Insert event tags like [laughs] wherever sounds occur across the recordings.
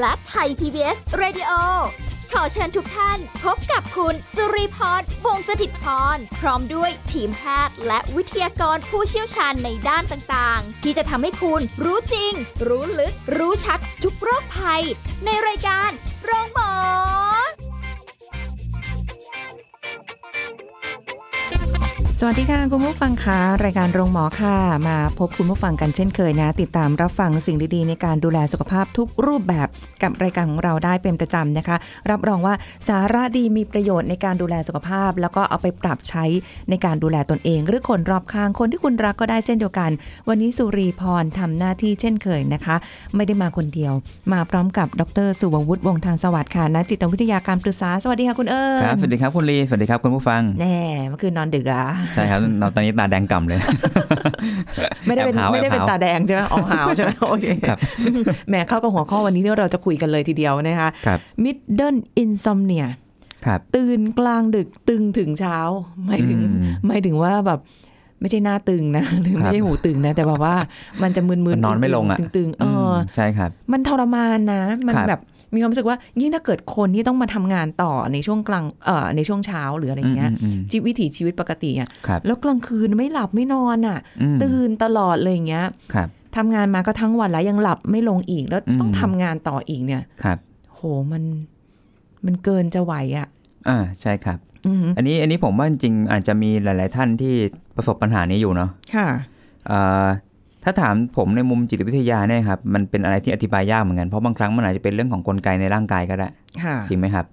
และไทย PBS Radio ขอเชิญทุกท่านพบกับคุณสุริพรวงศ์สถิตพร พร้อมด้วยทีมแพทย์และวิทยากรผู้เชี่ยวชาญในด้านต่างๆ ที่จะทำให้คุณรู้จริง รู้ลึก รู้ชัดทุกโรคภัย ในรายการโรงพยาบาล สวัสดีค่ะ คุณผู้ฟังคะรายการโรงหมอค่ะมาพบคุณผู้ฟังกันเช่นเคยนะ ติดตามรับฟังสิ่งดีๆ ในการดูแลสุขภาพทุกรูปแบบกับรายการของเราได้เป็นประจำนะคะ รับรองว่าสาระดีมีประโยชน์ในการดูแลสุขภาพ แล้วก็เอาไปปรับใช้ในการดูแลตนเอง หรือคนรอบข้างคนที่คุณรักก็ได้เช่นเดียวกัน วันนี้สุรีพรทำหน้าที่เช่นเคยนะคะ ไม่ได้มาคนเดียว มาพร้อมกับดรสุวัตวงศ์ทางสวัสดิ์ค่ะนักจิตวิทยาการปรึกษาสวัสดีค่ะคุณเอิญ ครับ สวัสดีครับคุณลี สวัสดีครับคุณผู้ฟัง แน่เมื่อคืนนอนดึกอะ ใช่ครับเราตอนนี้ตาแดงก่ำเลย [laughs] ไม่ได้เป็น แอบหาว ไม่ได้เป็น แอบหาว ตาแดงใช่ไหมออกหาวใช่ไหมโอเค [laughs] ครับ แหมเข้ากับหัวข้อวันนี้เนี่ยเราจะคุยกันเลยทีเดียวนะคะ ครับ Middle Insomnia ครับ ตื่นกลางดึกตึงถึงเช้าหมายถึง อืม หมายถึงว่าแบบไม่ใช่หน้าตึงนะ [laughs] หรือ ครั ไม่ บ ใช่หูตึงนะ แต่แบบว่ามันจะมึนๆ มันนอนไม่ลงอะ ตึงๆเอออ มใช่ครับ มันทรมานนะ มัน ครับ แบบมีความรู้สึกว่ายิ่งถ้าเกิดคนที่ต้องมาทำงานต่อในช่วงกลางเอ่อในช่วงเช้าหรืออะไรเงี้ย อืมอืมอืม ชีวิตวิถีชีวิตปกติอ่ะ ครับ แล้วกลางคืนไม่หลับไม่นอนอ่ะ อืม ตื่นตลอดเลยอย่างเงี้ย ครับ ทำงานมาก็ทั้งวันแล้วยังหลับไม่ลงอีกแล้วต้อง อืม ทำงานต่ออีกเนี่ย ครับ โหมันมันเกินจะไหวอะ่ะ อ่าใช่ครับ อืม อันนี้อันนี้ผมว่าจริงๆอาจจะมีหลาย ๆ ท่านที่ประสบปัญหานี้อยู่เนาะ ค่ะ เอ่อถ้าถามผมในมุมจิตวิทยาเนี่ยครับมันเป็นอะไรที่อธิบายยากเหมือนกันเพราะบางครั้งมันอาจจะเป็นเรื่องของกลไกในร่างกายก็ได้ ค่ะ จริงไหมครับ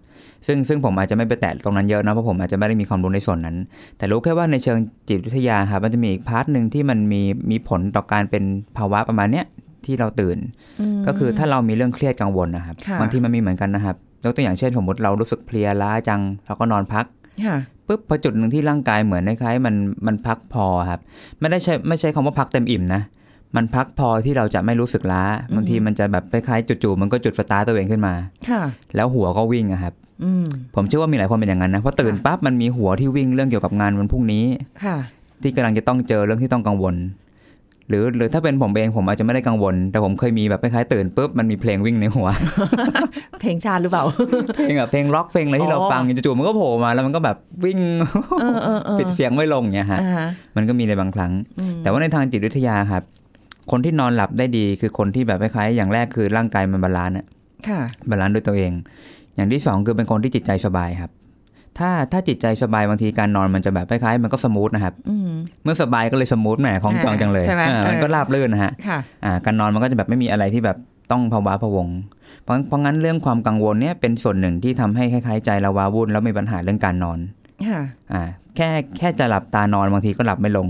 ซึ่งซึ่งผมอาจจะไม่ไปแตะตรงนั้นเยอะนะเพราะผมอาจจะไม่ได้มีความรู้ในส่วนนั้น แต่รู้แค่ว่าในเชิงจิตวิทยาครับมันจะมีอีกพาร์ทหนึ่งที่มันมีมีผลต่อการเป็นภาวะประมาณเนี้ยที่เราตื่น ก็คือถ้าเรามีเรื่องเครียดกังวลนะครับ ค่ะ บางทีมันมีเหมือนกันนะครับยกตัวอย่างเช่นสมมติเรารู้สึกเพลียล้าจังเราก็นอนพัก ค่ะ ปุ๊บพอจุดหนึ่งที่ร่างกายเหมือนคล้ายๆมันมันพักพอครับไม่ได้ใช้ไม่ใช่คำว่าพักเต็มอิ่มนะมันพักพอที่เราจะไม่รู้สึกล้าบางทีมันจะแบบคล้ายๆจู่ๆมันก็จุดสตาร์ทตัวเองขึ้นมา ค่ะ แล้วหัวก็วิ่งอะครับ อืม ผมเชื่อว่ามีหลายคนเป็นอย่างนั้นนะเพราะตื่น ค่ะ ปั๊บมันมีหัวที่วิ่งเรื่องเกี่ยวกับงานวันพรุ่งนี้ ค่ะ ที่กำลังจะต้องเจอเรื่องที่ต้องกังวล หรือหรือถ้าเป็นผมเองผมอาจจะไม่ได้กังวล แต่ผมเคยมีแบบคล้ายๆตื่นปุ๊บมันมีเพลงวิ่งในหัว [laughs] เพลงชาติหรือเปล่า เพลงแบบเพลงล็อกเพลงอะไรที่เรา อ๋อ ฟังจู่ๆมันก็โผล่มาแล้วมันก็แบบวิ่ง เออเออเออ ปิดเสียงไม่ลงเนี่ยฮะ อ่าฮะ มันก็มีในบางครั้ง อืม แต่ว่าในทางจิตวิทยาครับ คนที่นอนหลับได้ดีคือคนที่แบบคล้ายๆอย่างแรกคือร่างกายมันบาลานซ์อะ ค่ะ บาลานซ์ด้วยตัวเอง อย่างที่สองคือเป็นคนที่จิตใจสบายครับ ถ้าถ้าจิตใจสบายบางทีการนอนมันจะแบบคล้ายๆมันก็สมูทนะครับ อืม เมื่อสบายก็เลยสมูทแหมของจองจังเลย ใช่ไหม อ่า เออ มันก็ราบรื่นนะฮะ ค่ะ อ่าการนอนมันก็จะแบบไม่มีอะไรที่แบบต้องภาวะพะวง เพราะเพราะงั้นเรื่องความกังวลเนี่ยเป็นส่วนหนึ่งที่ทำให้คล้ายๆใจเราวาวุ่นแล้วมีปัญหาเรื่องการนอน ค่ะ อ่าแค่แค่จะหลับตานอนบางทีก็หลับไม่ลง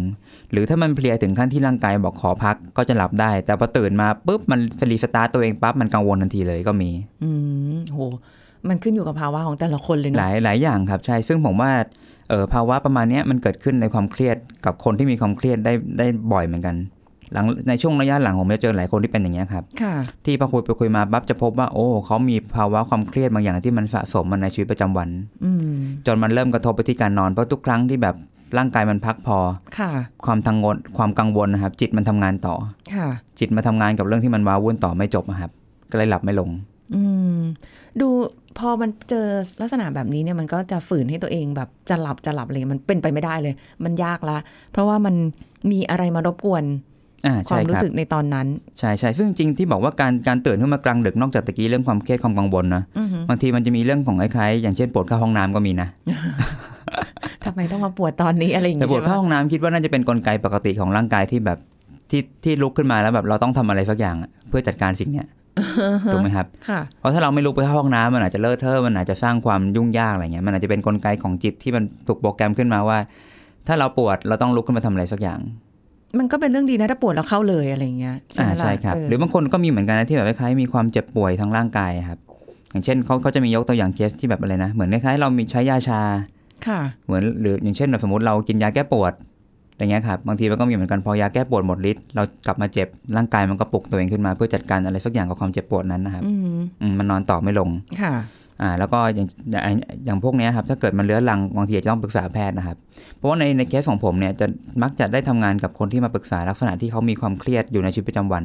หรือถ้ามันเพลียถึงขั้นที่ร่างกายบอกขอพักก็จะหลับได้ แต่พอตื่นมาปุ๊บมันสลีสตาร์ทตัวเองปั๊บมันกังวลทันทีเลยก็มี อืมโห มันขึ้นอยู่กับภาวะของแต่ละคนเลย ห เนาะ ลายหลายอย่างครับใช่ซึ่งผมว่าเออภาวะประมาณเนี้ยมันเกิดขึ้นในความเครียดกับคนที่มีความเครียดได้ได้บ่อยเหมือนกัน หลังในช่วงระยะหลังผมจะเจอหลายคนที่เป็นอย่างเงี้ยครับ ค่ะ ที่พอคุยไปคุยมาปั๊บจะพบว่าโอ้เขามีภาวะความเครียดบางอย่างที่มันสะสมมาในชีวิตประจำวัน อืม จนมันเริ่มกระทบไปที่การนอนเพราะทุกครั้งที่แบบร่างกายมันพักพอ ค่ะ ความทังวลความกังวลนะครับ จิตมันทำงานต่อ ค่ะ จิตมาทำงานกับเรื่องที่มันวาวุ่นต่อไม่จบอะครับก็เลยหลับไม่ลง อืมดูพอมันเจอลักษณะแบบนี้เนี่ยมันก็จะฝืนให้ตัวเองแบบจะหลับจะหลับอะไรเงี้ยมันเป็นไปไม่ได้เลย มันยากละ เพราะว่ามันมีอะไรมารบกวน อ่า ควา ใช่ ม ค รู้ รับ สึกในตอนนั้น ใช่ใช่ซึ่งจริงๆที่บอกว่าการการตื่นขึ้นมากลางดึกนอกจากตะกี้เรื่องความเครียดความกังวลนะ อือหือบ างทีมันจะมีเรื่องของคล้ายๆอย่างเช่นปวดเข้าห้องน้ำก็มีนะ ทำไมต้องมาปวดตอนนี้อะไรอย่าง แต่ เงี้ย ปวด ใช่ไหม เข้าห้องน้ำคิดว่าน่าจะเป็นกลไกปกติของร่างกายที่แบบที่ที่ลุกขึ้นมาแล้วแบบเราต้องทำอะไรสักอย่างอะเพื่อจัดการสิ่งเนี้ย [laughs] ถูกไหมครับ ค่ะ เพราะถ้าเราไม่ลุกไปเข้าห้องน้ำมันอาจจะเลอะเทอะมันอาจจะสร้างความยุ่งยากอะไรเงี้ยมันอาจจะเป็นกลไกของจิตที่มันถูกโปรแกรมขึ้นมาว่า ถ้าเราปวดเราต้องลุกขึ้นมาทำอะไรสักอย่าง มันก็เป็นเรื่องดีนะถ้าปวดแล้วเข้าเลยอะไรอย่างเงี้ย อ่า ไหมล่ะ ใช่ครับ เห รือบางคนก็มีเหมือนกันนะที่แบบคล้ายๆมีความเจ็บป่วยทางร่างกายครับ อย่างเช่นเขาเขาจะมียกตัวอย่างเคสที่แบบอะไรนะเหมือนคล้ายๆเรามีใช้ยาชา ค่ะ เหมือนหรืออย่างเช่นแบบสมมติเรากินยาแก้ปวดอะไรเงี้ยครับบางทีมันก็มีเหมือนกันพอยาแก้ปวดหมดฤทธิ์เรากลับมาเจ็บร่างกายมันก็ปลุกตัวเองขึ้นมาเพื่อจัดการอะไรสักอย่างกับความเจ็บปวดนั้นนะครับ อืม อืมมันนอนต่อไม่ลง ค่ะ อ่าแล้วก็อย่างอย่างอย่างพวกเนี้ยครับถ้าเกิดมันเลื้อรังบางทีอาจจะต้องปรึกษาแพทย์นะครับเพราะว่าในในเคสของผมเนี่ยจะมักจะได้ทำงานกับคนที่มาปรึกษาลักษณะที่เขามีความเครียดอยู่ในชีวิตประจำวัน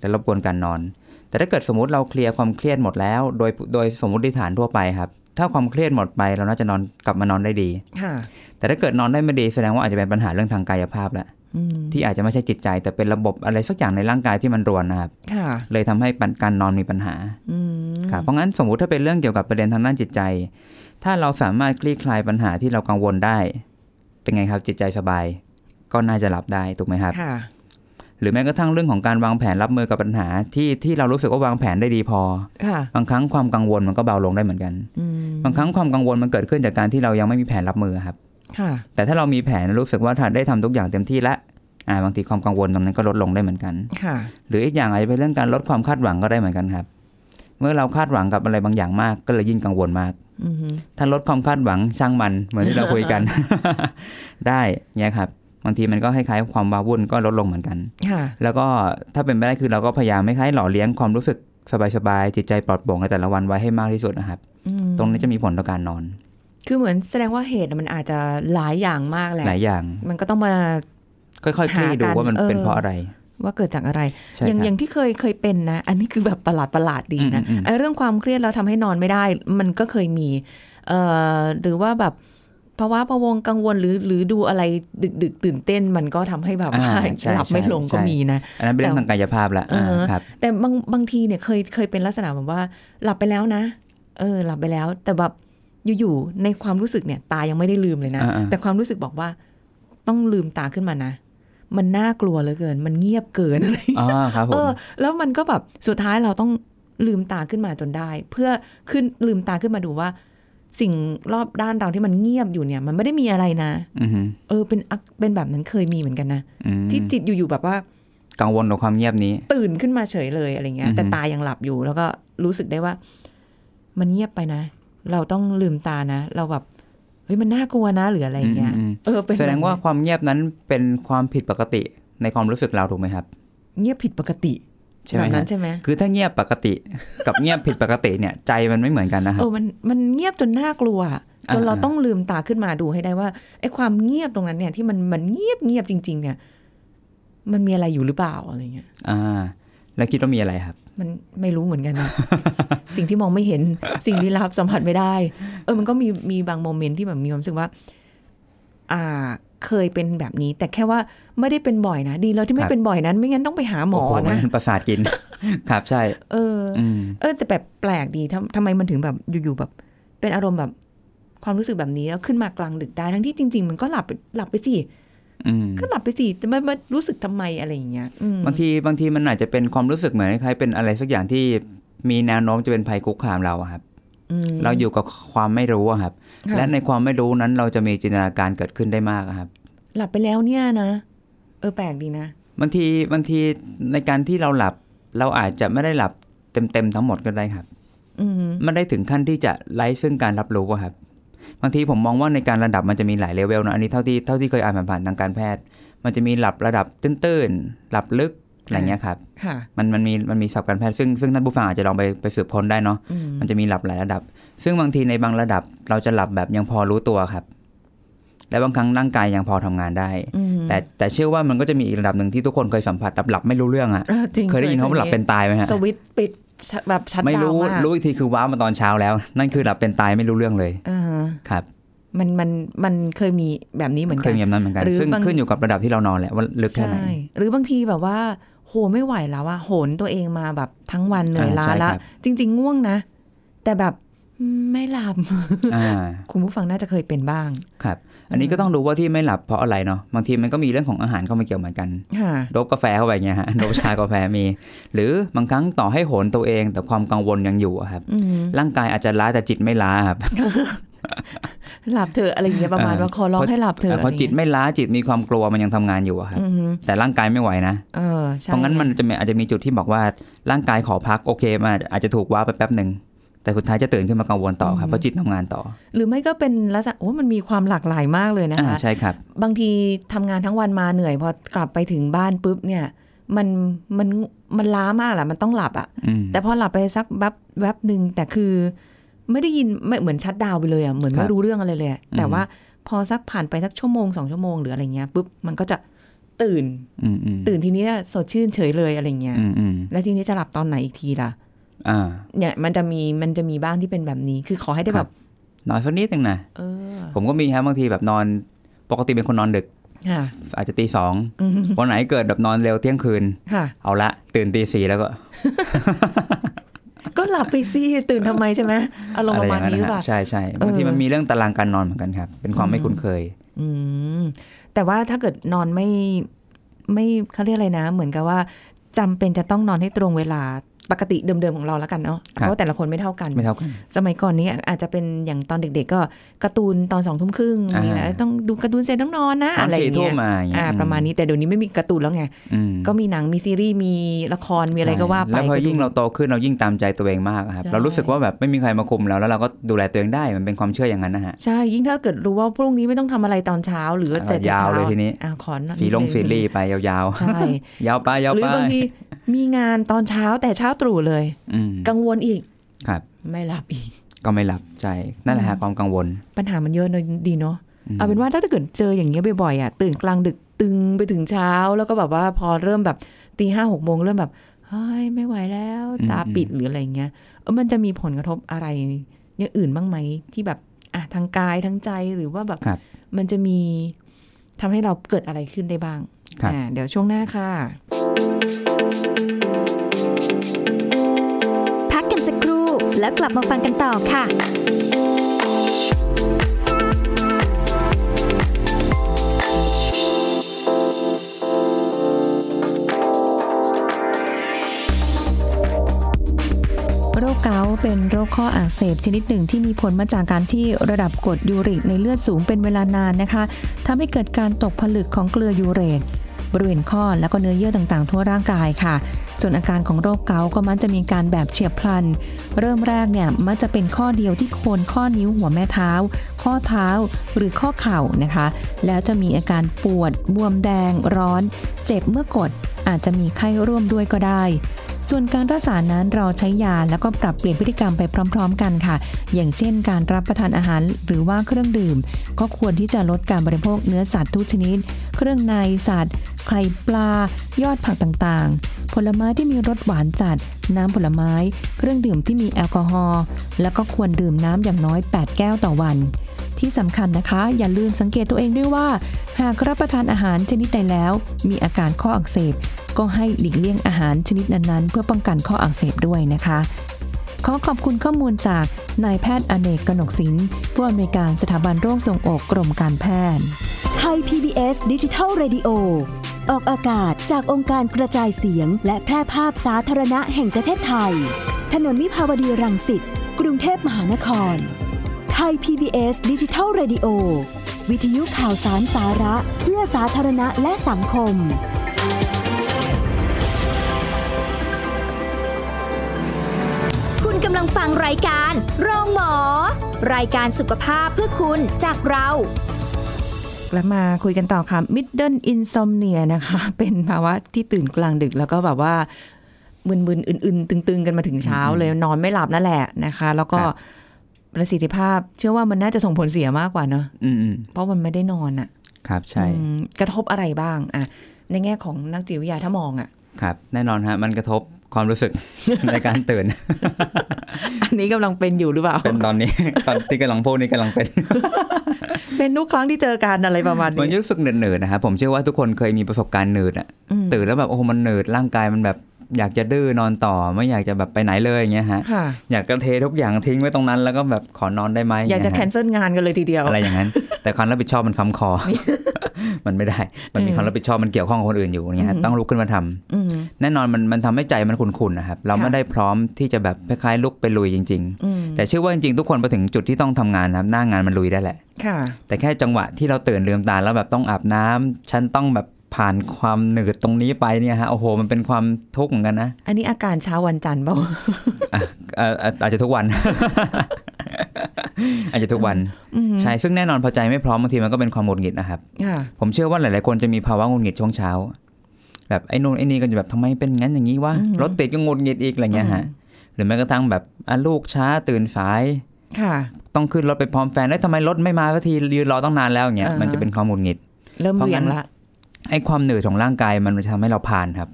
และรบกวนการนอน แต่ถ้าเกิดสมมติเราเคลียร์ความเครียดหมดแล้ว โดยโดยสมมติฐานทั่วไปครับ ถ้าความเครียดหมดไปเราน่าจะนอนกลับมานอนได้ดี ค่ะ แต่ถ้าเกิดนอนได้ไม่ดีแสดงว่าอาจจะเป็นปัญหาเรื่องทางกายภาพแหละ อืม ที่อาจจะไม่ใช่จิตใจ แต่เป็นระบบอะไรสักอย่างในร่างกายที่มันรวนนะครับ ค่ะ เลยทำให้ปันการนอนมีปัญหา อืม ครับเพราะงั้นสมมุติถ้าเป็นเรื่องเกี่ยวกับประเด็นทางด้านจิตใจ ถ้าเราสามารถคลี่คลายปัญหาที่เรากังวลได้ เป็นไงครับจิตใจสบาย ก็น่าจะหลับได้ถูกไหมครับ ค่ะ หรือแม้กระทั่งเรื่องของการวางแผนรับมือกับปัญหาที่ที่เรารู้สึกว่าวางแผนได้ดีพอ ค่ะ บางครั้งความกังวลมันก็เบาลงได้เหมือนกัน อืม บางครั้งความกังวลมันเกิดขึ้นจากการที่เรายังไม่มีแผนรับมือครับ ค่ะ แต่ถ้าเรามีแผนรู้สึกว่าถ้าได้ทำทุกอย่างเต็มที่แล้วอ่าบางทีความกังวลตรงนั้นก็ลดลงได้เหมือนกัน ค่ะ หรืออีกอย่างอาจจะเป็นเรื่องการลดความคาดหวังก็ได้เหมือนกันครับ เมื่อเราคาดหวังกับอะไรบางอย่างมาก ก็เลยยิ่งกังวลมาก อืม ถ้าลดความคาดหวังช่างมันเหมือนที่เราคุยกัน [laughs] ได้เนี่ยครับบางทีมันก็คล้ายๆความว้าวุ่นก็ลดลงเหมือนกัน ค่ะ แล้วก็ถ้าเป็นไปได้คือเราก็พยายามไม่คล้ายๆหล่อเลี้ยงความรู้สึกสบายๆจิตใจปลอดโปร่งในแต่ละวันไว้ให้มากที่สุดนะครับ อืม ตรงนี้จะมีผลต่อการนอน คือเหมือนแสดงว่าเหตุน่ะมันอาจจะหลายอย่างมากแหละ หลายอย่าง มันก็ต้องมา ค่อยๆคลี่ดูว่ามัน หากัน เป็นเพราะอะไร ว่าเกิดจากอะไร ใช่ อย่างอครับ ย่างที่เคยเคยเป็นนะ อันนี้คือแบบประหลาดประหลาดดีนะ อืมอืมอืม ไอ้เรื่องความเครียดเราทำให้นอนไม่ได้ มันก็เคยมี เอ่อหรือว่าแบบภาวะพะวงกังวลหรือหรือดูอะไรดึกดึกตื่นเต้น มันก็ทำให้แบบว่า อ่าใช่ หลับไม่ ใช่ ลงก็ ใช่ มีนะ อันนั้นเป็นเรื่องทางกายภาพละอ่า เออ ครับ แต่บางบางทีเนี่ยเคยเคยเป็นลักษณะแบบว่า หลับไปแล้วนะ เออ หลับไปแล้ว แต่แบบอยู่ๆในความรู้สึกเนี่ย ตายังไม่ได้ลืมเลยนะ อ่าๆ แต่ความรู้สึกบอกว่าต้องลืมตาขึ้นมานะ มันน่ากลัวเหลือเกิน มันเงียบเกินอะไรอย่างเงี้ย อ๋อครับผ เอ ม อแล้วมันก็แบบสุดท้ายเราต้องลืมตาขึ้นมาจนได้ เพื่อขึ้นลืมตาขึ้นมาดูว่า สิ่งรอบด้านเราที่มันเงียบอยู่เนี่ย มันไม่ได้มีอะไรนะ อือฮึ เออเป็นอักเป็นแบบนั้นเคยมีเหมือนกันนะ อืม ที่จิตอยู่ๆแบบว่า กังวลกับความเงียบนี้ ตื่นขึ้นมาเฉยเลยอะไรเงี้ย อือฮึ แต่ตายังหลับอยู่แล้วก็รู้สึกได้ว่า มันเงียบไปนะ เราต้องลืมตานะ เราแบบเฮ้ยมันน่ากลัวนะหรืออะไรเงี้ย อืมอืม เออเป็น แสดงว่า บบ ความเงียบนั้นเป็นความผิดปกติในความรู้สึกเราถูกไหมครับ เงียบผิดปกติ ใช่ไห แบ ม บ ครั นั้ บ นใช่ไหม คือถ้าเงียบปกติ กับเงียบผิดปกติเนี่ยใจมันไม่เหมือนกันนะครับ เออมันมันเงียบจนน่ากลัว จนเรา อ่า ต้องลืมตาขึ้นมาดูให้ได้ว่าไอ้ความเงียบตรงนั้นเนี่ยที่มันมันเงียบเงียบจริง ๆ เนี่ย มันมีอะไรอยู่หรือเปล่าอะไรเงี้ย อ่า แล้วคิดว่ามีอะไรครับ มันไม่รู้เหมือนกัน [laughs] นะ สิ่งที่มองไม่เห็นสิ่งลี้ลับสัมผัสไม่ได้ เออมันก็มีมีบางโมเมนต์ที่แบบมีความรู้สึกว่า อ่าเคยเป็นแบบนี้ แต่แค่ว่าไม่ได้เป็นบ่อยนะดีแล้วที่ ค ไม่ รับ เป็นบ่อยนั้น ไม่งั้นต้องไปหาหมอ โโมั นะ นประสาทกิน [laughs] ครับใช่ เออ อืม เออแต่แบบแปลกดีทำทำไมมันถึงแบบอยู่ๆแบบ เป็นอารมณ์แบบ ความรู้สึกแบบนี้แล้วขึ้นมากลางดึกได้ทั้งที่จริง ๆ มันก็หลับหลับไปสิ อืม ก็หลับไปสิจะไม่ไม่รู้สึกทำไมอะไรอย่างเงี้ยอืม บางทีบางทีมันอาจจะเป็นความรู้สึกเหมือนคล้ายๆเป็นอะไรสักอย่างที่มีแนวโน้มจะเป็นภัยคุกคามเราอะครับ อืม เราอยู่กับความไม่รู้อะครับ ค่ะ และในความไม่รู้นั้นเราจะมีจินตนาการเกิดขึ้นได้มากอะครับ หลับไปแล้วเนี่ยนะ เออแปลกดีนะ บางทีบางทีในการที่เราหลับเราอาจจะไม่ได้หลับเต็มๆทั้งหมดก็ได้ครับ อืม ไม่ได้ถึงขั้นที่จะไร้ซึ่งการรับรู้อะครับ บางทีผมมองว่าในการระดับมันจะมีหลายเลเวลนะอันนี้เท่าที่เท่าที่เคยอ่านผ่านๆทางการแพทย์ มันจะมีหลับระดับตื้นๆหลับลึกอะไรเงี้ยครับ ค่ะ มันมันมีมันมีศัพท์การแพทย์ซึ่งซึ่งท่านผู้ฟังอาจจะลองไปไปสืบค้นได้เนาะ อืม มันจะมีหลับหลายระดับ ซึ่งบางทีในบางระดับเราจะหลับแบบยังพอรู้ตัวครับ และบางครั้งร่างกายยังพอทำงานได้ อืม แต่แต่เชื่อว่ามันก็จะมีอีกระดับหนึ่งที่ทุกคนเคยสัมผัสหลับหลับไม่รู้เรื่องอะ ออจริง เคยได้ยินเขาว่าหลับเป็นตายไหมฮะ สวิตช์ปิดชะแบบชัด ไม่ ดาว รู้ มาก รู้อีกทีคือว้าวมาตอนเช้าแล้ว นั่นคือหลับเป็นตายไม่รู้เรื่องเลย เออ ครับ มันมันมันเคยมีแบบนี้เหมือน เค กั ย น มีแบบนั้นเหมือนกัน หรือ ซึ่ง บาง ขึ้นอยู่กับระดับที่เรานอนแหละว่าลึกแค่ ใช่ ไหน หรือบางทีแบบว่า โหไม่ไหวแล้วอะโหนตัวเองมาแบบทั้งวันเหนื่อย อ่า ล้า ใช่ ละ ครับ จริง ๆ ง่วงนะ แต่แบบไม่หลับ อ่า คุณผู้ฟังน่าจะเคยเป็นบ้าง ครับ อันนี้ก็ต้องรู้ว่าที่ไม่หลับเพราะอะไรเนาะบางทีมันก็มีเรื่องของอาหารเข้ามาเกี่ยวเหมือนกัน ค่ะ ดบกาแฟเข้าไปเงี้ยฮะ [laughs] ดบชากาแฟมี หรือบางครั้งต่อให้โหนตัวเอง แต่ความกังวลยังอยู่อะครับ อืม ร่างกายอาจจะล้าแต่จิตไม่ล้าครับ หลับเถอะอะไรอย่างเงี้ยประมาณ อ่า ว่าขอร้องให้หลับเถอะ เพราะจิต อะไร ไม่ล้าจิตมีความกลัวมันยังทำงานอยู่อะครับ เงี้ยอืม แต่ร่างกายไม่ไหวนะ เออใช่ เพราะงั้นมันจะมีอาจจะมีจุดที่บอกว่าร่างกายขอพักโอเคมันอาจจะถูกว้าไปแป๊บหนึ่งแต่สุดท้ายจะตื่นขึ้นมากังวลต่อครับเพราะจิตทำงานต่อ หรือไม่ก็เป็นลักษณะโอ้มันมีความหลากหลายมากเลยนะ อ่า คะ ใช่ครับ บางทีทำงานทั้งวันมาเหนื่อยพอกลับไปถึงบ้านปุ๊บเนี่ย มันมันมันล้ามากแหละมันต้องหลับอะ อืม แต่พอหลับไปสักแวบแวบหนึ่งแต่คือไม่ได้ยินไม่เหมือนชัดดาวน์ไปเลยอ่ะเหมือน ครับ ไม่รู้เรื่องอะไรเลยอะแต่ อืม ว่าพอสักผ่านไปสักชั่วโมงสองชั่วโมงหรืออะไรเงี้ยปุ๊บมันก็จะ ตื่น อืมอืม ตื่นทีนี้สดชื่นเฉยเลยอะไรเงี้ย อืมอืม แล้วทีนี้จะหลับตอนไหนอีกทีล่ะ อ่า เนี่ยมันจะมีมันจะมีบ้างที่เป็นแบบนี้ คือขอให้ได้ ค แบ รับ บ นอนสักนิดหนึ่งนะ เออ ผมก็มีฮะบางทีแบบนอนปกติเป็นคนนอนดึก ค่ะ [laughs] อาจจะตีสอง อืม วันไหนเกิดแบบนอนเร็วเที่ยงคืน ค่ะ เอาละตื่นตีสี่แล้วก็ ก็หลับไปสิตื่นทำไมใช่ไหมอารมณ์ประมาณนี้หรือเปล่า ใช่ใช่ เออ บางทีมันมีเรื่องตารางการนอนเหมือนกันครับ เป็นความไม่คุ้นเคย อืมแต่ว่าถ้าเกิดนอนไม่ไม่เขาเรียกอะไรนะ เหมือนกับว่าจำเป็นจะต้องนอนให้ตรงเวลาปกติเดิมๆของเราแล้วกันเนาะ ครับ เพราะแต่ละคนไม่เท่ากัน ไม่เท่ากัน สมัยก่อนนี้อาจจะเป็นอย่างตอนเด็ก ๆ ก็การ์ตูนตอนสองทุ่มครึ่ง อ่า มีอะไรต้องดูการ์ตูนเสร็จต้องนอนนะ สาม อะไรอ สี่ ย่าง ทุ่ เงี้ ม ย มาอย่างเงี้ อ่าย ประมาณ อื นี้แต่เดี๋ยวนี้ไม่มีการ์ตูนแล้วไง อืม ก็มีหนังมีซีรีส์มีละครมีอะไรก็ว่าไป แล้วพอ ก็ดู ยิ่งเราโตขึ้นเรายิ่งตามใจตัวเองมากอะครับ ใช่ เรารู้สึกว่าแบบไม่มีใครมาคุมเราแล้วเราก็ดูแลตัวเองได้มันเป็นความเชื่ออย่างนั้นนะฮะ ใช่ยิ่งถ้าเกิดรู้ว่าพรุ่งนี้ไม่ต้องทำอะไรตอนเช้า หรือว่าเสร็จแต่ ยาว เช้า เลยทีนี้ อ่าขอนอน ฟีลง นิดนึ ซีรีส์ไปยาว ใช่ ๆ ยาวไปยาว หรือ ไป บางทีมีงานตอนเช้าแต่เช้าตรู่เลย อืม กังวลอีก ครับ ไม่หลับอีก ก็ไม่หลับใจนั่นแหละฮะความกังวล ปัญหามันเยอะเนอะดีเนาะ ม เอาเป็นว่าถ้าเกิดเจออย่างเงี้ยบ่อยๆอ่ะตื่นกลางดึกตึงไปถึงเช้า แล้วก็แบบว่าพอเริ่มแบบตีห้าหกโมงเริ่มแบบเฮ้ยไม่ไหวแล้ว อืม ตาปิดหรืออะไรเงี้ยเออมันจะมีผลกระทบอะไรอย่างอื่นบ้างไหมที่แบบอ่ะทางกายทั้งใจหรือว่าแบบ ครับ มันจะมีทำให้เราเกิดอะไรขึ้นได้บ้าง ครับ อ่าเดี๋ยวช่วงหน้าค่ะ พักกันสักครู่แล้วกลับมาฟังกันต่อค่ะ โรคเกาต์เป็นโรคข้ออักเสบชนิดหนึ่งที่มีผลมาจากการที่ระดับกรดยูริกในเลือดสูงเป็นเวลานานนะคะทำให้เกิดการตกผลึกของเกลือยูเรตบริเวณข้อและก็เนื้อเยื่อต่างๆ ทั่วร่างกายค่ะ ส่วนอาการของโรคเกาต์ก็มักจะมีการแบบเฉียบพลัน เริ่มแรกเนี่ยมักจะเป็นข้อเดียวที่โคนข้อนิ้วหัวแม่เท้า ข้อเท้าหรือข้อเข่านะคะ แล้วจะมีอาการปวดบวมแดง ร้อน เจ็บเมื่อกด อาจจะมีไข้ร่วมด้วยก็ได้ ส่วนการรักษานั้นเราใช้ยาแล้วก็ปรับเปลี่ยนพฤติกรรมไปพร้อม ๆ กันค่ะ อย่างเช่นการรับประทานอาหารหรือว่าเครื่องดื่ม ก็ควรที่จะลดการบริโภคเนื้อสัตว์ทุกชนิด เครื่องในสัตว์ ไข่ปลา ยอดผักต่างๆ ผลไม้ที่มีรสหวานจัด น้ำผลไม้ เครื่องดื่มที่มีแอลกอฮอล์แล้วก็ควรดื่มน้ำอย่างน้อย 8 แก้วต่อวัน ที่สำคัญนะคะ อย่าลืมสังเกตตัวเองด้วยว่า หากรับประทานอาหารชนิดใดแล้ว มีอาการข้ออักเสบ ก็ให้หลีกเลี่ยงอาหารชนิดนั้นๆ เพื่อป้องกันข้ออักเสบด้วยนะคะ ขอขอบคุณข้อมูลจากนายแพทย์อเนกกนกศิลป์ผู้อำนวยการสถาบันโรคทรงอกกรมการแพทย์ ไทย PBS ดิจิทัล Radio ออกอากาศจากองค์การกระจายเสียง และแพร่ภาพสาธารณะแห่งประเทศไทย ถนนมิภาวดีรังสิต กรุงเทพมหานคร ไทย PBS ดิจิทัล Radio วิทยุข่าวสารสาระเพื่อสาธารณะและสังคม คุณกำลังฟังรายการโรงหมอ รายการสุขภาพเพื่อคุณจากเรา กลับมาคุยกันต่อค่ะ Middle Insomnia นะคะ [laughs] เป็นภาวะที่ตื่นกลางดึกแล้วก็แบบว่ามึนๆอื่นๆ ตึงๆ กันมาถึงเช้าเลยนอนไม่หลับนั่นแหละนะคะ แล้วก็ ครับ ประสิทธิภาพเชื่อว่ามันน่าจะส่งผลเสียมากกว่าเนอะ อืมอืม เพราะมันไม่ได้นอนอะ ครับใช่ อืมกระทบอะไรบ้างอะในแง่ของนักจิตวิทยาถ้ามองอะ [laughs] ครับแน่นอนฮะมันกระทบความรู้สึก ในการตื่น อันนี้กำลังเป็นอยู่หรือเปล่า เป็นตอนนี้ ตอนที่กำลังพูดนี่กำลังเป็น เป็นทุกครั้งที่เจอกันอะไรประมาณ มัน นี้ รู้สึกเหนื่อยๆนะครับผมเชื่อว่าทุกคนเคยมีประสบการณ์เหนื่อยอะ อืม ตื่นแล้วแบบโอ้โหมันเหนื่อยร่างกายมันแบบอยากจะดื้อนอนต่อไม่อยากจะแบบไปไหนเลยอย่างเงี้ยฮะ ค่ะ อยากกระเททุกอย่างทิ้งไว้ตรงนั้น แล้วก็แบบขอนอนได้ไหม อยากจะ ง แค เงี้ น ฮ เซิลงานกันเลยทีเดียว อะไรอย่างนั้น [laughs] แต่ความรับผิดชอบมันค้ำคอ [laughs] มันไม่ได้ มันมีความรับผิดชอบมันเกี่ยวข้องกับคนอื่นอยู่อย่างเงี้ยฮะ อืม ต้องลุกขึ้นมาทำ อืม แน่นอนมันมันทำให้ใจมันขุ่นๆนะครับเรา ค่ะ ไม่ได้พร้อมที่จะแบบคล้ายๆลุกไปลุยจริง ๆ อืม แต่เชื่อว่าจริงๆ ทุกคนพอถึงจุดที่ต้องทำงานนะครับหน้างานมันลุยได้แหละ ค่ะ แต่แค่จังหวะที่เราตื่นลืมตาแล้วแบบต้องอาบน้ำฉันต้องแบบผ่านความหนืดตรงนี้ไปเนี่ยฮะโอ้โหมันเป็นความทุกข์เหมือนกันนะ อันนี้อาการเช้าวันจันทร์เปล่า เอ่อเอ่ออาจจะทุกวัน [laughs] อาจจะทุกวัน อืม ใช่ซึ่งแน่นอนพอใจไม่พร้อมบางทีมันก็เป็นความหงุดหงิดนะครับ ค่ะ ผมเชื่อว่าหลายๆ คนจะมีภาวะหงุดหงิดช่วงเช้า แบบไอ้นู่นไอ้นี่ก็จะแบบทำไมเป็นงั้นอย่างนี้วะ อือหือ รถติดก็หงุดหงิดอีกอะไรเงี้ยฮะ อืม หรือแม้กระทั่งแบบอ่ะลูกช้าตื่นสาย ค่ะ ต้องขึ้นรถไปพร้อมแฟนแล้วทำไมรถไม่มาสักทียืนรอตั้งนานแล้วอย่างเงี้ย อ่าฮะ มันจะเป็นความหงุดหงิด เริ่ม เพราะ เบี่ยง งั้น ละ ไอ้ความเหนื่อยของร่างกายมันจะทำให้เราผ่าน [laughs] ครับ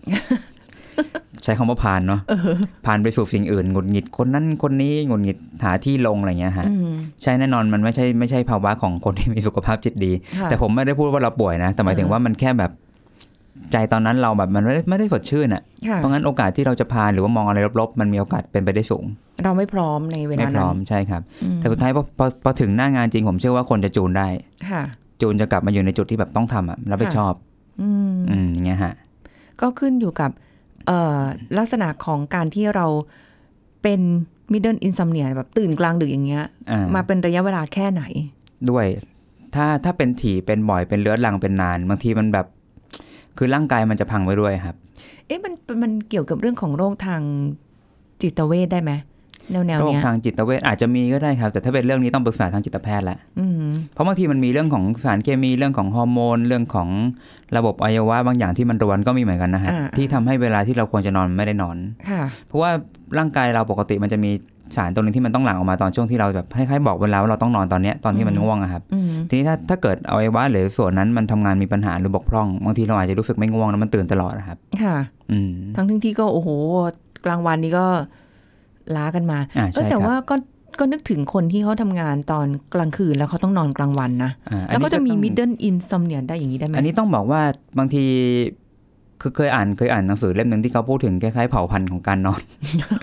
ใช้คำว่าผ่านเนาะผ่านไปสู่สิ่งอื่นหงุดหงิดคนนั้นคนนี้หงุดหงิดหาที่ลงอะไรเงี้ยฮะ อืม ใช่แน่นอนมันไม่ใช่ไม่ใช่ภาวะของคนที่มีสุขภาพจิตดี ค่ะ แต่ผมไม่ได้พูดว่าเราป่วยนะ แต่หมายถึง อ่า ว่ามันแค่แบบใจตอนนั้นเราแบบมันไม่ได้ไม่ได้สดชื่นอ่ะ ค่ะ เพราะงั้นโอกาสที่เราจะผ่านหรือว่ามองอะไรลบๆ มันมีโอกาสเป็นไปได้สูง เราไม่พร้อมในเว ไม่ ลา พร้ นั้ อม น ใช่ครับ อืม แต่สุดท้ายพอพอพอถึงหน้างานจริงผมเชื่อว่าคนจะจูนได้ ค่ะ จูนจะกลับมาอยู่ในจุดที่แบบต้องทำอ่ะรับผิดชอบ อืม อืมอย่างเงี้ยฮะ ก็ขึ้นอยู่กับเอ่อลักษณะของการที่เราเป็น middle insomnia แบบตื่นกลางดึกอย่างเงี้ย อ่าม มาเป็นระยะเวลาแค่ไหน ด้วยถ้าถ้าเป็นถี่เป็นบ่อยเป็นเลื้อรังเป็นนาน บางทีมันแบบ คือร่างกายมันจะพังไปด้วยครับ เอ๊ะมันมันเกี่ยวกับเรื่องของโรคทางจิตเวชได้ไหมแนวแนว โรค เนี้ย ทางจิตเวชอาจจะมีก็ได้ครับ แต่ถ้าเป็นเรื่องนี้ต้องปรึกษาทางจิตแพทย์ละ อืม เพราะบางทีมันมีเรื่องของสารเคมีเรื่องของฮอร์โมนเรื่องของระบบอวัยวะบางอย่างที่มันรวนก็มีเหมือนกันนะฮะที่ทำให้เวลาที่เราควรจะนอนไม่ได้นอน ค่ะ เพราะว่าร่างกายเราปกติมันจะมีสารตัวหนึงที่มันต้องหลั่งออกมาตอนช่วงที่เราแบบคล้ายๆบอกเวลาว่าเราต้องนอนตอนเนี้ยตอนที่มันง่วงอะครับ อืม ทีนี้ถ้าถ้าเกิดอวัยวะหรือส่วนนั้นมันทำงานมีปัญหาหรือบกพร่องบางทีเราอาจจะรู้สึกไม่ง่วงแล้วมันตื่นตลอดนะครับ ค่ะ อืม ทั้งทั้งที่ก็โอ้โห กลางวันนี้ก็ล้ากันมา อ่า เออ ใช่ค แต่ รับ ว่าก็ก็นึกถึงคนที่เขาทำงานตอนกลางคืนแล้วเขาต้องนอนกลางวันนะ อ่าอัน แล้ว นี้ ก็จะมี ต้อง middle insomnia ได้อย่างนี้ได้ไหม อันนี้ต้องบอกว่าบางทีคือเคยอ่านเคยอ่านหนังสือเล่มหนึ่งที่เขาพูดถึงคล้ายๆเผ่าพันธุ์ของการนอน [laughs]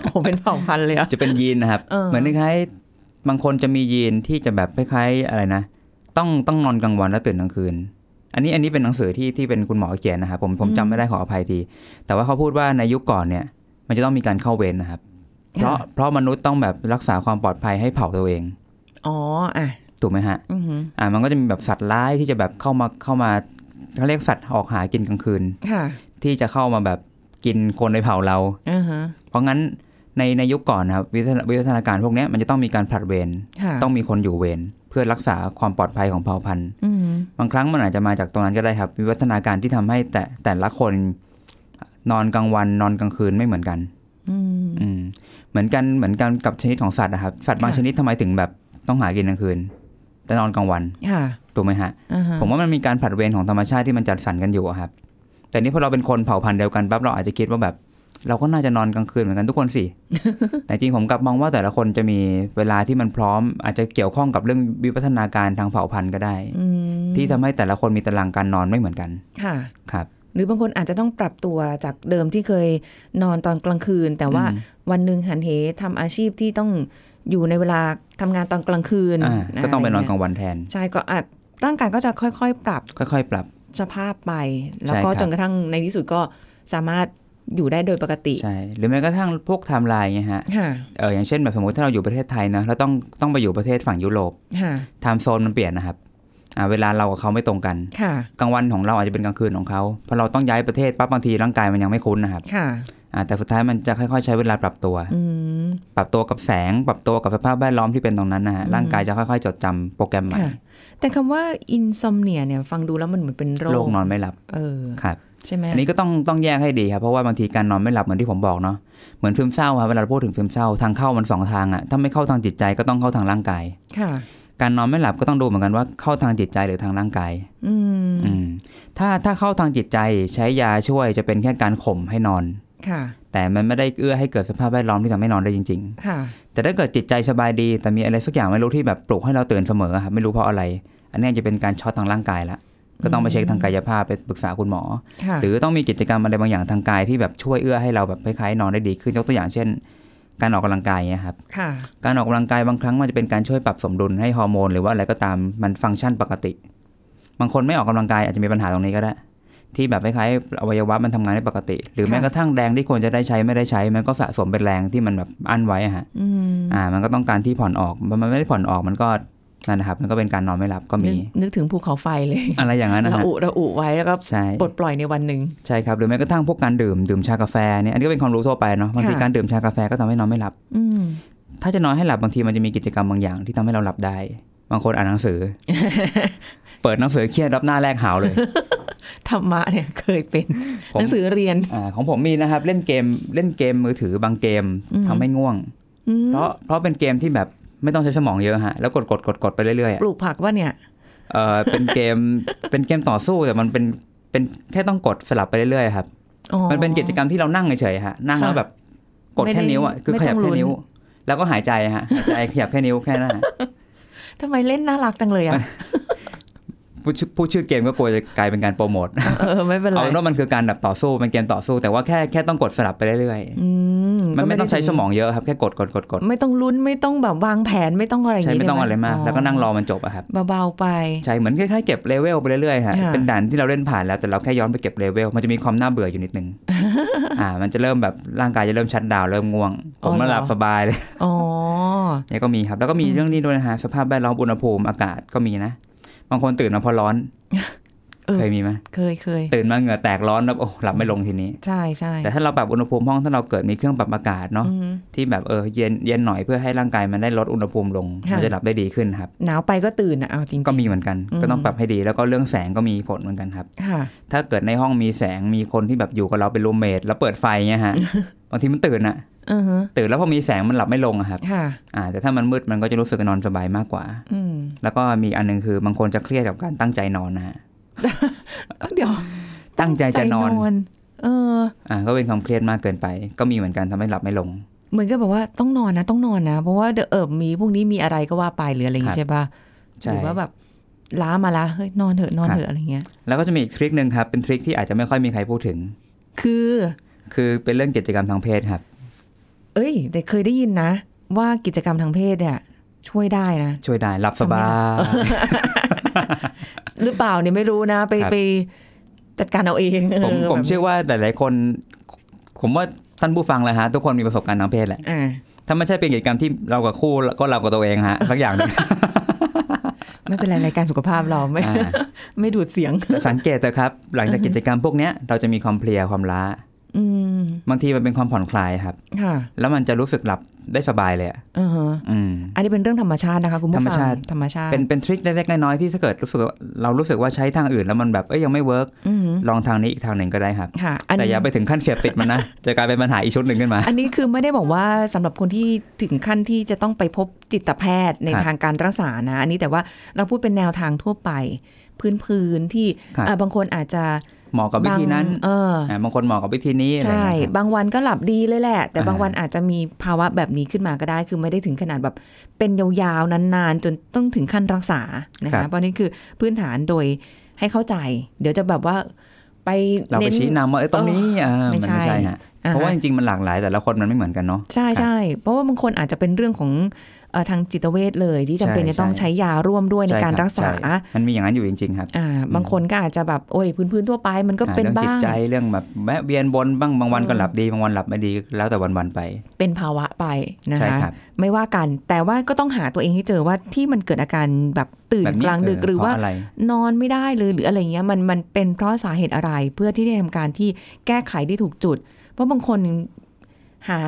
โอ้เป็นเผ่าพันธุ์เลยอะ จะเป็นยีนนะครับ เออ เหมือนคล้ายๆบางคนจะมียีนที่จะแบบคล้ายๆอะไรนะ ต้องต้องนอนกลางวันแล้วตื่นกลางคืน อันนี้อันนี้เป็นหนังสือที่ที่เป็นคุณหมอเขียนนะครับผมผมจำไม่ได้ขออภัยที แต่ว่าเขาพูดว่าในยุคก่อนเนี่ย มันจะต้องมีการเข้าเวรนะครับ เพราะเพราะมนุษย์ต้องแบบรักษาความปลอดภัยให้เผ่าตัวเอง อ๋ออ่ะ ถูกไหมฮะ อือหือ อ่า มันก็จะมีแบบสัตว์ร้ายที่จะแบบเข้ามาเข้ามาเขาเรียกสัตว์ออกหากินกลางคืน ค่ะ ที่จะเข้ามาแบบกินคนในเผ่าเรา อือฮะ เพราะงั้นในในยุคก่อนนะครับวิวัฒนาวิวัฒนาการพวกเนี้ยมันจะต้องมีการผลัดเวร ค่ะ ต้องมีคนอยู่เวรเพื่อรักษาความปลอดภัยของเผ่าพันธุ์ อือหือบ างครั้งมันอาจจะมาจากตรงนั้นก็ได้ครับ วิวัฒนาการที่ทำให้แต่แต่ละคนนอนกลางวันนอนกลางคืนไม่เหมือนกัน อืม อืมเหมือนกันเหมือนกันกับชนิดของสัตว์นะครับ สัตว์บาง ค่ะ ชนิดทำไมถึงแบบต้องหากินกลางคืน แต่นอนกลางวัน ค่ะ ถูกไหมฮะ อือฮะ ผมว่ามันมีการผลัดเวรของธรรมชาติที่มันจัดสรรกันอยู่อะครับ แต่นี่พอเราเป็นคนเผ่าพันธุ์เดียวกันปั๊บเราอาจจะคิดว่าแบบ เราก็น่าจะนอนกลางคืนเหมือนกันทุกคนสิ [laughs] แต่จริงผมกลับมองว่าแต่ละคนจะมีเวลาที่มันพร้อม อาจจะเกี่ยวข้องกับเรื่องวิวัฒนาการทางเผ่าพันธุ์ก็ได้ อืม ที่ทำให้แต่ละคนมีตารางการนอนไม่เหมือนกัน ค่ะ ครับ หรือบางคนอาจจะต้องปรับตัวจากเดิมที่เคยนอนตอนกลางคืน แต่ว่า อืม วันหนึ่งหันเหทำอาชีพที่ต้องอยู่ในเวลาทำงานตอนกลางคืน อ่าก็ต้องไปนอนกลาง งวันแทน ใช่ก็อาจร่างกายก็จะค่อยๆ ปรับ ค่อยๆ ปรับ สภาพไป แล้วก็ ใช่ครับ จนกระทั่งในที่สุดก็สามารถอยู่ได้โดยปกติ ใช่หรือแม้กระทั่งพวกไทม์ไลน์ไงฮะ ค่ะ เอออย่างเช่นแบบสมมติถ้าเราอยู่ประเทศไทยนะเราต้องต้องไปอยู่ประเทศฝั่งยุโรป ค่ะ ไทม์โซนมันเปลี่ยนนะครับอ่าเวลาเรากับเขาไม่ตรงกัน ค่ะ กลางวันของเราอาจจะเป็นกลางคืนของเขาพอเราต้องย้ายประเทศปั๊บบางทีร่างกายมันยังไม่คุ้นนะครับ ค่ะ อ่าแต่สุดท้ายมันจะค่อยๆ ใช้เวลาปรับตัว อืม ปรับตัวกับแสง ปรับตัวกับสภาพแวดล้อมที่เป็นตรงนั้นนะฮะ อืม ร่างกายจะค่อยๆ จดจำโปรแกรมใหม่ ค่ะ แต่คำว่า insomnia เนี่ยฟังดูแล้วมันเหมือนเป็นโรค โรคนอนไม่หลับ เออ ครับ ใช่ไหม อันนี้ก็ต้องต้องแยกให้ดีครับเพราะว่าบางทีการนอนไม่หลับเหมือนที่ผมบอกเนาะเหมือนซึมเศร้าครับเวลาเราพูดถึงซึมเศร้าทางเข้ามันสองทางอะถ้าไม่เข้าทางจิตใจก็ต้องเข้าทางร่างกาย ค่ะ การนอนไม่หลับก็ต้องดูเหมือนกันว่าเข้าทางจิตใจหรือทางร่างกาย อืม อืมถ้าถ้าเข้าทางจิตใจใช้ยาช่วยจะเป็นแค่การข่มให้นอน ค่ะ แต่มันไม่ได้เอื้อให้เกิดสภาพแวดล้อมที่ทำให้นอนได้จริง ค่ะ ๆ แต่ถ้าเกิดจิตใจสบายดี แต่มีอะไรสักอย่างไม่รู้ที่แบบปลุกให้เราตื่นเสมอครับไม่รู้เพราะอะไร อันเนี้ยจะเป็นการช็อตทางร่างกายละก็ต้องไปเช็คทางกายภาพไปปรึกษาคุณหมอ ค่ะ หรือต้องมีกิจกรรมอะไรบางอย่างทางกายที่แบบช่วยเอื้อให้เราแบบคล้ายๆนอนได้ดีขึ้นยกตัวอย่างเช่น การออกกำลังกายเงี้ยครับ ค่ะ การออกกำลังกายบางครั้งมันจะเป็นการช่วยปรับสมดุลให้ฮอร์โมนหรือว่าอะไรก็ตามมันฟังก์ชันปกติ บางคนไม่ออกกำลังกายอาจจะมีปัญหาตรงนี้ก็ได้ ที่แบบคล้ายๆอวัยวะมันทำงานได้ปกติ หรือแม้ ค่ะ กระทั่งแรงที่ควรจะได้ใช้ไม่ได้ใช้ มันก็สะสมเป็นแรงที่มันแบบอั้นไว้อะฮะ อืม อ่า มันก็ต้องการที่ผ่อนออกมันมันไม่ได้ผ่อนออกมันก็นั่นนะครับ มันก็เป็นการนอนไม่หลับก็ นึ มี กนึกถึงภูเขาไฟเลย อะไรอย่างนั้นนะ ระ ฮะ อุระอุไว้แล้วก็ ใช่ ปลดปล่อยในวันหนึ่ง ใช่ครับหรือแม้กระทั่งพวกการดื่มดื่มชากาแฟเนี่ยอันนี้ก็เป็นความรู้ทั่วไปเนาะบางที ค่ะ การดื่มชากาแฟก็ทำให้นอนไม่หลับ อืม ถ้าจะนอนให้หลับบางทีมันจะมีกิจกรรมบางอย่างที่ทำให้เราหลับได้ บางคนอ่านหนั [laughs] งสือ เปิดหนังสือเครียดรับหน้าแรกหาวเลย ธรรมะเนี่ยเคยเป็น ผม หนังสือเรียน อาของผมมีนะครับ เล่นเกมเล่นเกมมือถือบางเกม อืม ทำให้ง่วง อืม เพราะเพราะเป็นเกมที่แบบไม่ต้องใช้สมองเยอะฮะแล้วกดก [laughs] ดกดกดไปเรื่อยปๆอะ ลูกผักว่าเนี่ย เออเป็นเกม เป็นเกมต่อสู้แต่มันเป็น เป็นแค่ต้องกดสลับไปเรื่อยๆครับ อ๋อ มันเป็นกิจกรรมที่เรานั่งเฉยๆฮะนั่ง ค่ะ แล้วแบบกด ไม่ได้ แค่นิ้วอ่ะคือ ไม่ ขยับ ต้องลุ้ แค่ น นิ้ว แล้วก็หายใจฮะหายใจขยับแค่นิ้วแค่นั้นฮะ ทำไมเล่นน่ารักจังเลยอ่ะ ผู้ชื่อผู้ชื่อเกมก็กลัวจะกลายเป็นการโปรโมท เออ ไม่เป็นไร เอาเป็นว่ามันคือการแบบต่อสู้เป็นเกมต่อสู้ แต่ว่าแค่แค่ต้องกดสลับไปเรื่อย อื ๆมันไม่ ก็ด้ ต้องใช้สมองเยอะครับแค่กดกดกดกด ไม่ต้องลุ้นไม่ต้องแบบวางแผนไม่ต้องอะไรอย่าง ใช้ งี้ ไม่ต้อง ด้ห อะไรมาก แล้วก็นั่งรอมันจบอะครับ เบาๆไป ใช่เหมือนคล้ายๆเก็บเลเวลไปเรื่อยๆฮะ ค่ะ เป็นด่านที่เราเล่นผ่านแล้วแต่เราแค่ย้อนไปเก็บเลเวลมันจะมีความน่าเบื่ออยู่นิ [laughs] ดนึงอ่า มันจะเริ่มแบบร่างกายจะเริ่มชัดดาวน์เริ่มง่วงผมมาหลับสบายเลย อ๋อ เนี่ยก็มีครับ แล้วก็มีเรื่องนี้ด้วยนะฮะสภาพแวดล้อมอุณหภูมิอากาศก็มีนะ บางคนตื่นมาเพอร้อน เออ เคยมีไหม เคยเคย ตื่นมาเหงื่อแตกร้อนแล้วโอ้หลับไม่ลงทีนี้ ใช่ใช่ แต่ถ้าเราปรับอุณหภูมิห้องถ้าเราเกิดมีเครื่องปรับอากาศเนาะ อืม ที่แบบเออเย็นเย็นหน่อยเพื่อให้ร่างกายมันได้ลดอุณหภูมิลง ค่ะ มันจะหลับได้ดีขึ้นครับ หนาวไปก็ตื่นอ่ะเอาจริงๆ ก็มีเหมือนกัน อืม ก็ต้องปรับให้ดีแล้วก็เรื่องแสงก็มีผลเหมือนกันครับ ค่ะ ถ้าเกิดในห้องมีแสงมีคนที่แบบอยู่กับเราเป็นรูมเมทแล้วเปิดไฟเงี้ [laughs] ยฮะ บางทีมันตื่นอะ อือฮึ ตื่นแล้วพอมีแสงมันหลับไม่ลงอะครับ ค่ะ อ่าแต่ถ้ามันมืดมันก็จะรู้สึกนอนสบายมากกว่า อืม แล้วก็มีอันหนึงคือบางคนจะเครียดกับการตั้งใจนอนนะฮะ เดี๋ยว ตั้งใจจะนอน เออ อ่าก็เป็นความเครียดมากเกินไป ก็มีเหมือนกันทำให้หลับไม่ลง เหมือนกับแบบว่าต้องนอนนะต้องนอนนะ เพราะว่าเดี๋ยวเอิบมีพวกนี้มีอะไรก็ว่าไปหรืออะไรอย่าง ครั งี้ บ ใช่ป่ะห ใช่ รือว่าแบบล้ามาละเฮ้ยนอนเถอะนอน ครับ เถอะอะไรเงี้ย แล้วก็จะมีอีกทริคหนึ่งครับ เป็นทริคที่อาจจะไม่ค่อยมีใครพูดถึง คือ คือเป็นเรื่องกิจกรรมทางเพศครับ เอ้ย แต่เคยได้ยินนะ ว่ากิจกรรมทางเพศเนี่ย ช่วยได้นะ ช่วยได้หลับสบาย ทำไหรือเปล่าเนี่ยไม่รู้นะ ไป ครับ ไปจัดการเอาเอง ผม เออ ผม แบบ เชื่อว่าหลายๆคน ผมว่าท่านผู้ฟังแหละฮะ ทุกคนมีประสบการณ์ทางเพศแหละ อ่า ถ้าไม่ใช่เป็นกิจกรรมที่เรากับคู่ก็เรากับตัวเอง [laughs] ฮะสักอย่างหนึง ไม่เป็นไรรายการสุขภาพเราไม่ อ่า ไม่ดูดเสียง แต่สังเกตเถอะครับ หลังจากกิจกรรมพวกเนี้ยเราจะมีความเพลียความล้า อืม บางทีมันเป็นความผ่อนคลายครับ ค่ะ แล้วมันจะรู้สึกหลับได้สบายเลยอะ อือฮะ อืม อันนี้เป็นเรื่องธรรมชาตินะคะ คุณผู้ ธรรม ฟัง ชาติ ธรรมชาติ เป็นเป็นทริคเล็กๆน้อยๆที่ถ้าเกิดรู้สึกว่าเรารู้สึกว่าใช้ทางอื่นแล้วมันแบบเอ้ยยังไม่เวิร์ก อือฮึ ลองทางนี้อีกทางหนึ่งก็ได้ครับ ค่ะน แต่ นี้ อย่าไปถึงขั้นเสียบติดมันนะ จะกลายเป็นปัญหาอีกชุดหนึ่งขึ้นมา อันนี้คือไม่ได้บอกว่าสำหรับคนที่ถึงขั้นที่จะต้องไปพบจิตแพทย์ใน ครับ ทางการรักษานะ อันนี้แต่ว่าเราพูดเป็นแนวทางทั่วไป พื้นพื้นๆที่ ครับ อ่ะบางคนอาจจะ เหมาะกับวิธีนั้น เอออ าบางคนเหมาะกับวิธีนี้อะไร ใช่ เงี้ยครับ บางวันก็หลับดีเลยแหละ แต่ อ่า บางวันอาจจะมีภาวะแบบนี้ขึ้นมาก็ได้ คือไม่ได้ถึงขนาดแบบเป็นยาวๆ นานๆ จนต้องถึงขั้นรักษานะคะเพราะนี่คือพื้นฐานโดยให้เข้าใจ เดี๋ยวจะแบบว่าไป เราไป น้น ชี้นำว่าเอ้ยตรงนี้อ่า ไม่ มัน ใช่ ไม่ใช่ฮะเพราะว่าจริงๆมันหลากหลายแต่ละคนมันไม่เหมือนกันเนาะ ใช่ ครับ ใช่เพราะว่าบางคนอาจจะเป็นเรื่องของเอ่อทางจิตเวชเลย ที่จำเป็น ใช่ จะต้อง ใช่ ใช้ยาร่วมด้วยในการ ช่คบ รักษา ใช่มันมีอย่างนั้นอยู่จริงๆครับ อ่าบางคนก็อาจจะแบบโอ้ยพื้นๆทั่วไปมันก็ อ่า เป็น เรื่บ้าองจิตง ใจเรื่องแบบแวะเวียนบนบ้างบางวันก็ อืม หลับดีบางวันหลับไม่ดีแล้วแต่วันๆไป เป็นภาวะไปนะ ใช่ คะ ครับ ไม่ว่ากันแต่ว่าก็ต้องหาตัวเองให้เจอว่าที่มันเกิดอาการแบบตื่น แบบ ก นี้ ลางดึก เห รือว่า เพะอะไร นอนไม่ได้เลยหรืออะไรเงี้ยมันมันเป็นเพราะสาเหตุอะไรเพื่อที่จะทำการที่แก้ไขได้ถูกจุด เพราะบางคนหา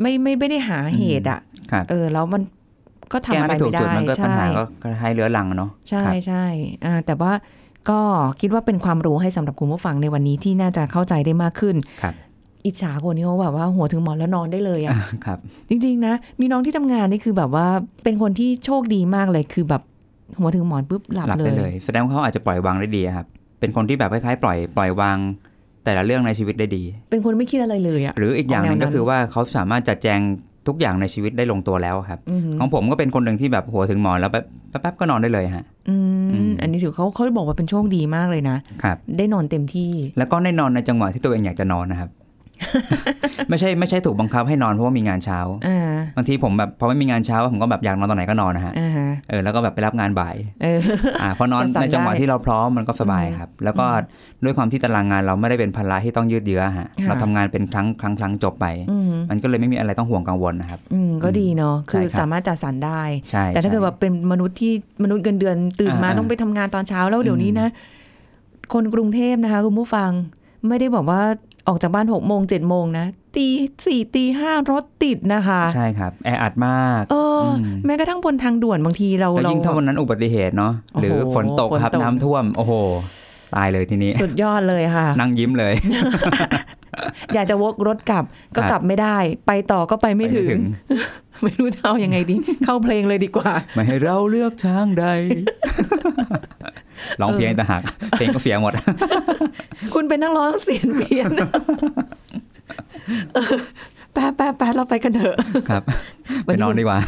ไม่ไม่ไม่ได้หาเหตุอ่ะ ครับ เออแล้วมันก็ทำ แก้ อะไร ไม่ถูก ไม่ได้ จุดมันก็ปัญหา ใช่ ก็ก็ให้เรื้อรังอะเนาะ ใช่ ครับ ใช่อ่าแต่ว่าก็คิดว่าเป็นความรู้ให้สำหรับคุณผู้ฟังในวันนี้ที่น่าจะเข้าใจได้มากขึ้น ครับ อิจฉาคนที่เขาแบบว่าหัวถึงหมอนแล้วนอนได้เลยอะ่ะ ครับ จริง ๆ นะ มีน้องที่ทำงานนี่คือแบบว่าเป็นคนที่โชคดีมากเลยคือแบบหัวถึงหมอนปุ๊บหลับ หลับ เล ได้ ย เลย แสดงว่าเขาอาจจะปล่อยวางได้ดีอะครับ เป็นคนที่แบบคล้ายๆปล่อยปล่อยวาง แต่ละเรื่องในชีวิตได้ดี เป็นคนไม่คิดอะไรเลยอะ่ะ หรืออีกอย่างหนึ่ง แนวนั้ ก็ น คือว่าเขาสามารถจัดแจงทุกอย่างในชีวิตได้ลงตัวแล้วครับ อืม ของผมก็เป็นคนหนึ่งที่แบบหัวถึงหมอนแล้วแป๊บแป๊บๆก็นอนได้เลยฮะ อื อื ม ม อันนี้ถือเขาเขาบอกว่าเป็นโชคดีมากเลยนะ ครับ ได้นอนเต็มที่ แล้วก็ได้นอนในจังหวะที่ตัวเองอยากจะนอนนะครับ [laughs] ไม่ใช่ไม่ใช่ถูกบังคับให้นอนเพราะว่ามีงานเช้า อ่า บางทีผมแบบพอไม่มีงานเช้าผมก็แบบอยากนอนตอนไหนก็นอนนะฮะ อ่าฮะ เออแล้วก็แบบไปรับงานบ่าย เออ อ่าพอนอน [laughs] จะสั่ง ในจังหวะ ได้ ที่เราพร้อมมันก็สบาย อืม ครับ แล้วก็ด้วยความที่ตารางงานเราไม่ได้เป็นภาระที่ต้องยืดเยื้อฮะ ค่ะ เราทำงานเป็นครั้งครั้งครั้งจบไป อืม มันก็เลยไม่มีอะไรต้องห่วงกังวลนะครับ อืมก็ดีเนาะคือ ใช่ครับ สามารถจัดสรรได้ ใช่ แต่ถ้า ใช่ เกิดว่าเป็นมนุษย์ที่มนุษย์เงินเดือนตื่นมา อ่า ต้องไปทำงานตอนเช้าแล้วเดี๋ยวนี้ อืม นะ คนกรุงเทพนะคะคุณผู้ฟังไม่ได้บอกว่าออกจากบ้านหกโมงเจ็ดโมงนะตีสี่ตีห้ารถติดนะคะ ใช่ครับแออัดมาก เอออ ม แม้กระทั่งบนทางด่วนบางทีเรา แล้ว เรา ยิ่งถ้าวันนั้นอุบัติเหตุเนาะ โอ้โห หรือฝนตก ฝน ครับ ตก น้ำท่วม โอ้โห ตายเลยทีนี้ สุดยอดเลยค่ะ นั่งยิ้มเลย อยากจะวกรถกลับก็ ครับ กลับไม่ได้ ไปต่อก็ไปไม่ถึง ไม่รู้จะเอายังไงดี [laughs] เข้าเพลงเลยดีกว่า ไม่ให้เราเลือก [laughs] ทางใดร้องเพลงแต่หักเพลงก็เสียหมด คุณเป็นนักร้องเสียงเพี้ยน [laughs] เออแป๊บแป๊บแป๊บเราไปกันเถอะ [laughs] ครับ วัน ไป นี้ นอนดีกว่า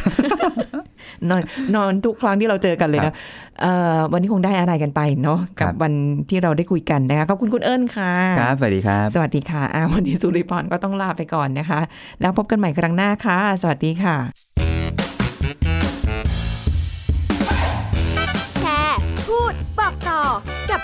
นอนนอนทุกครั้งที่เราเจอกันเลย ครั นะ บ เอ่อวันนี้คงได้อะไรกันไปเนาะกับ ครับ วันที่เราได้คุยกันนะคะขอบคุณคุณเอิญค่ะ ครับสวัสดีครับ สวัสดีค่ะอ่าวันนี้สุริพรก็ต้องลาไปก่อนนะคะ แล้วพบกันใหม่ครั้งหน้าค่ะ สวัสดีค่ะ แชร์ พูด บอกต่อ กับ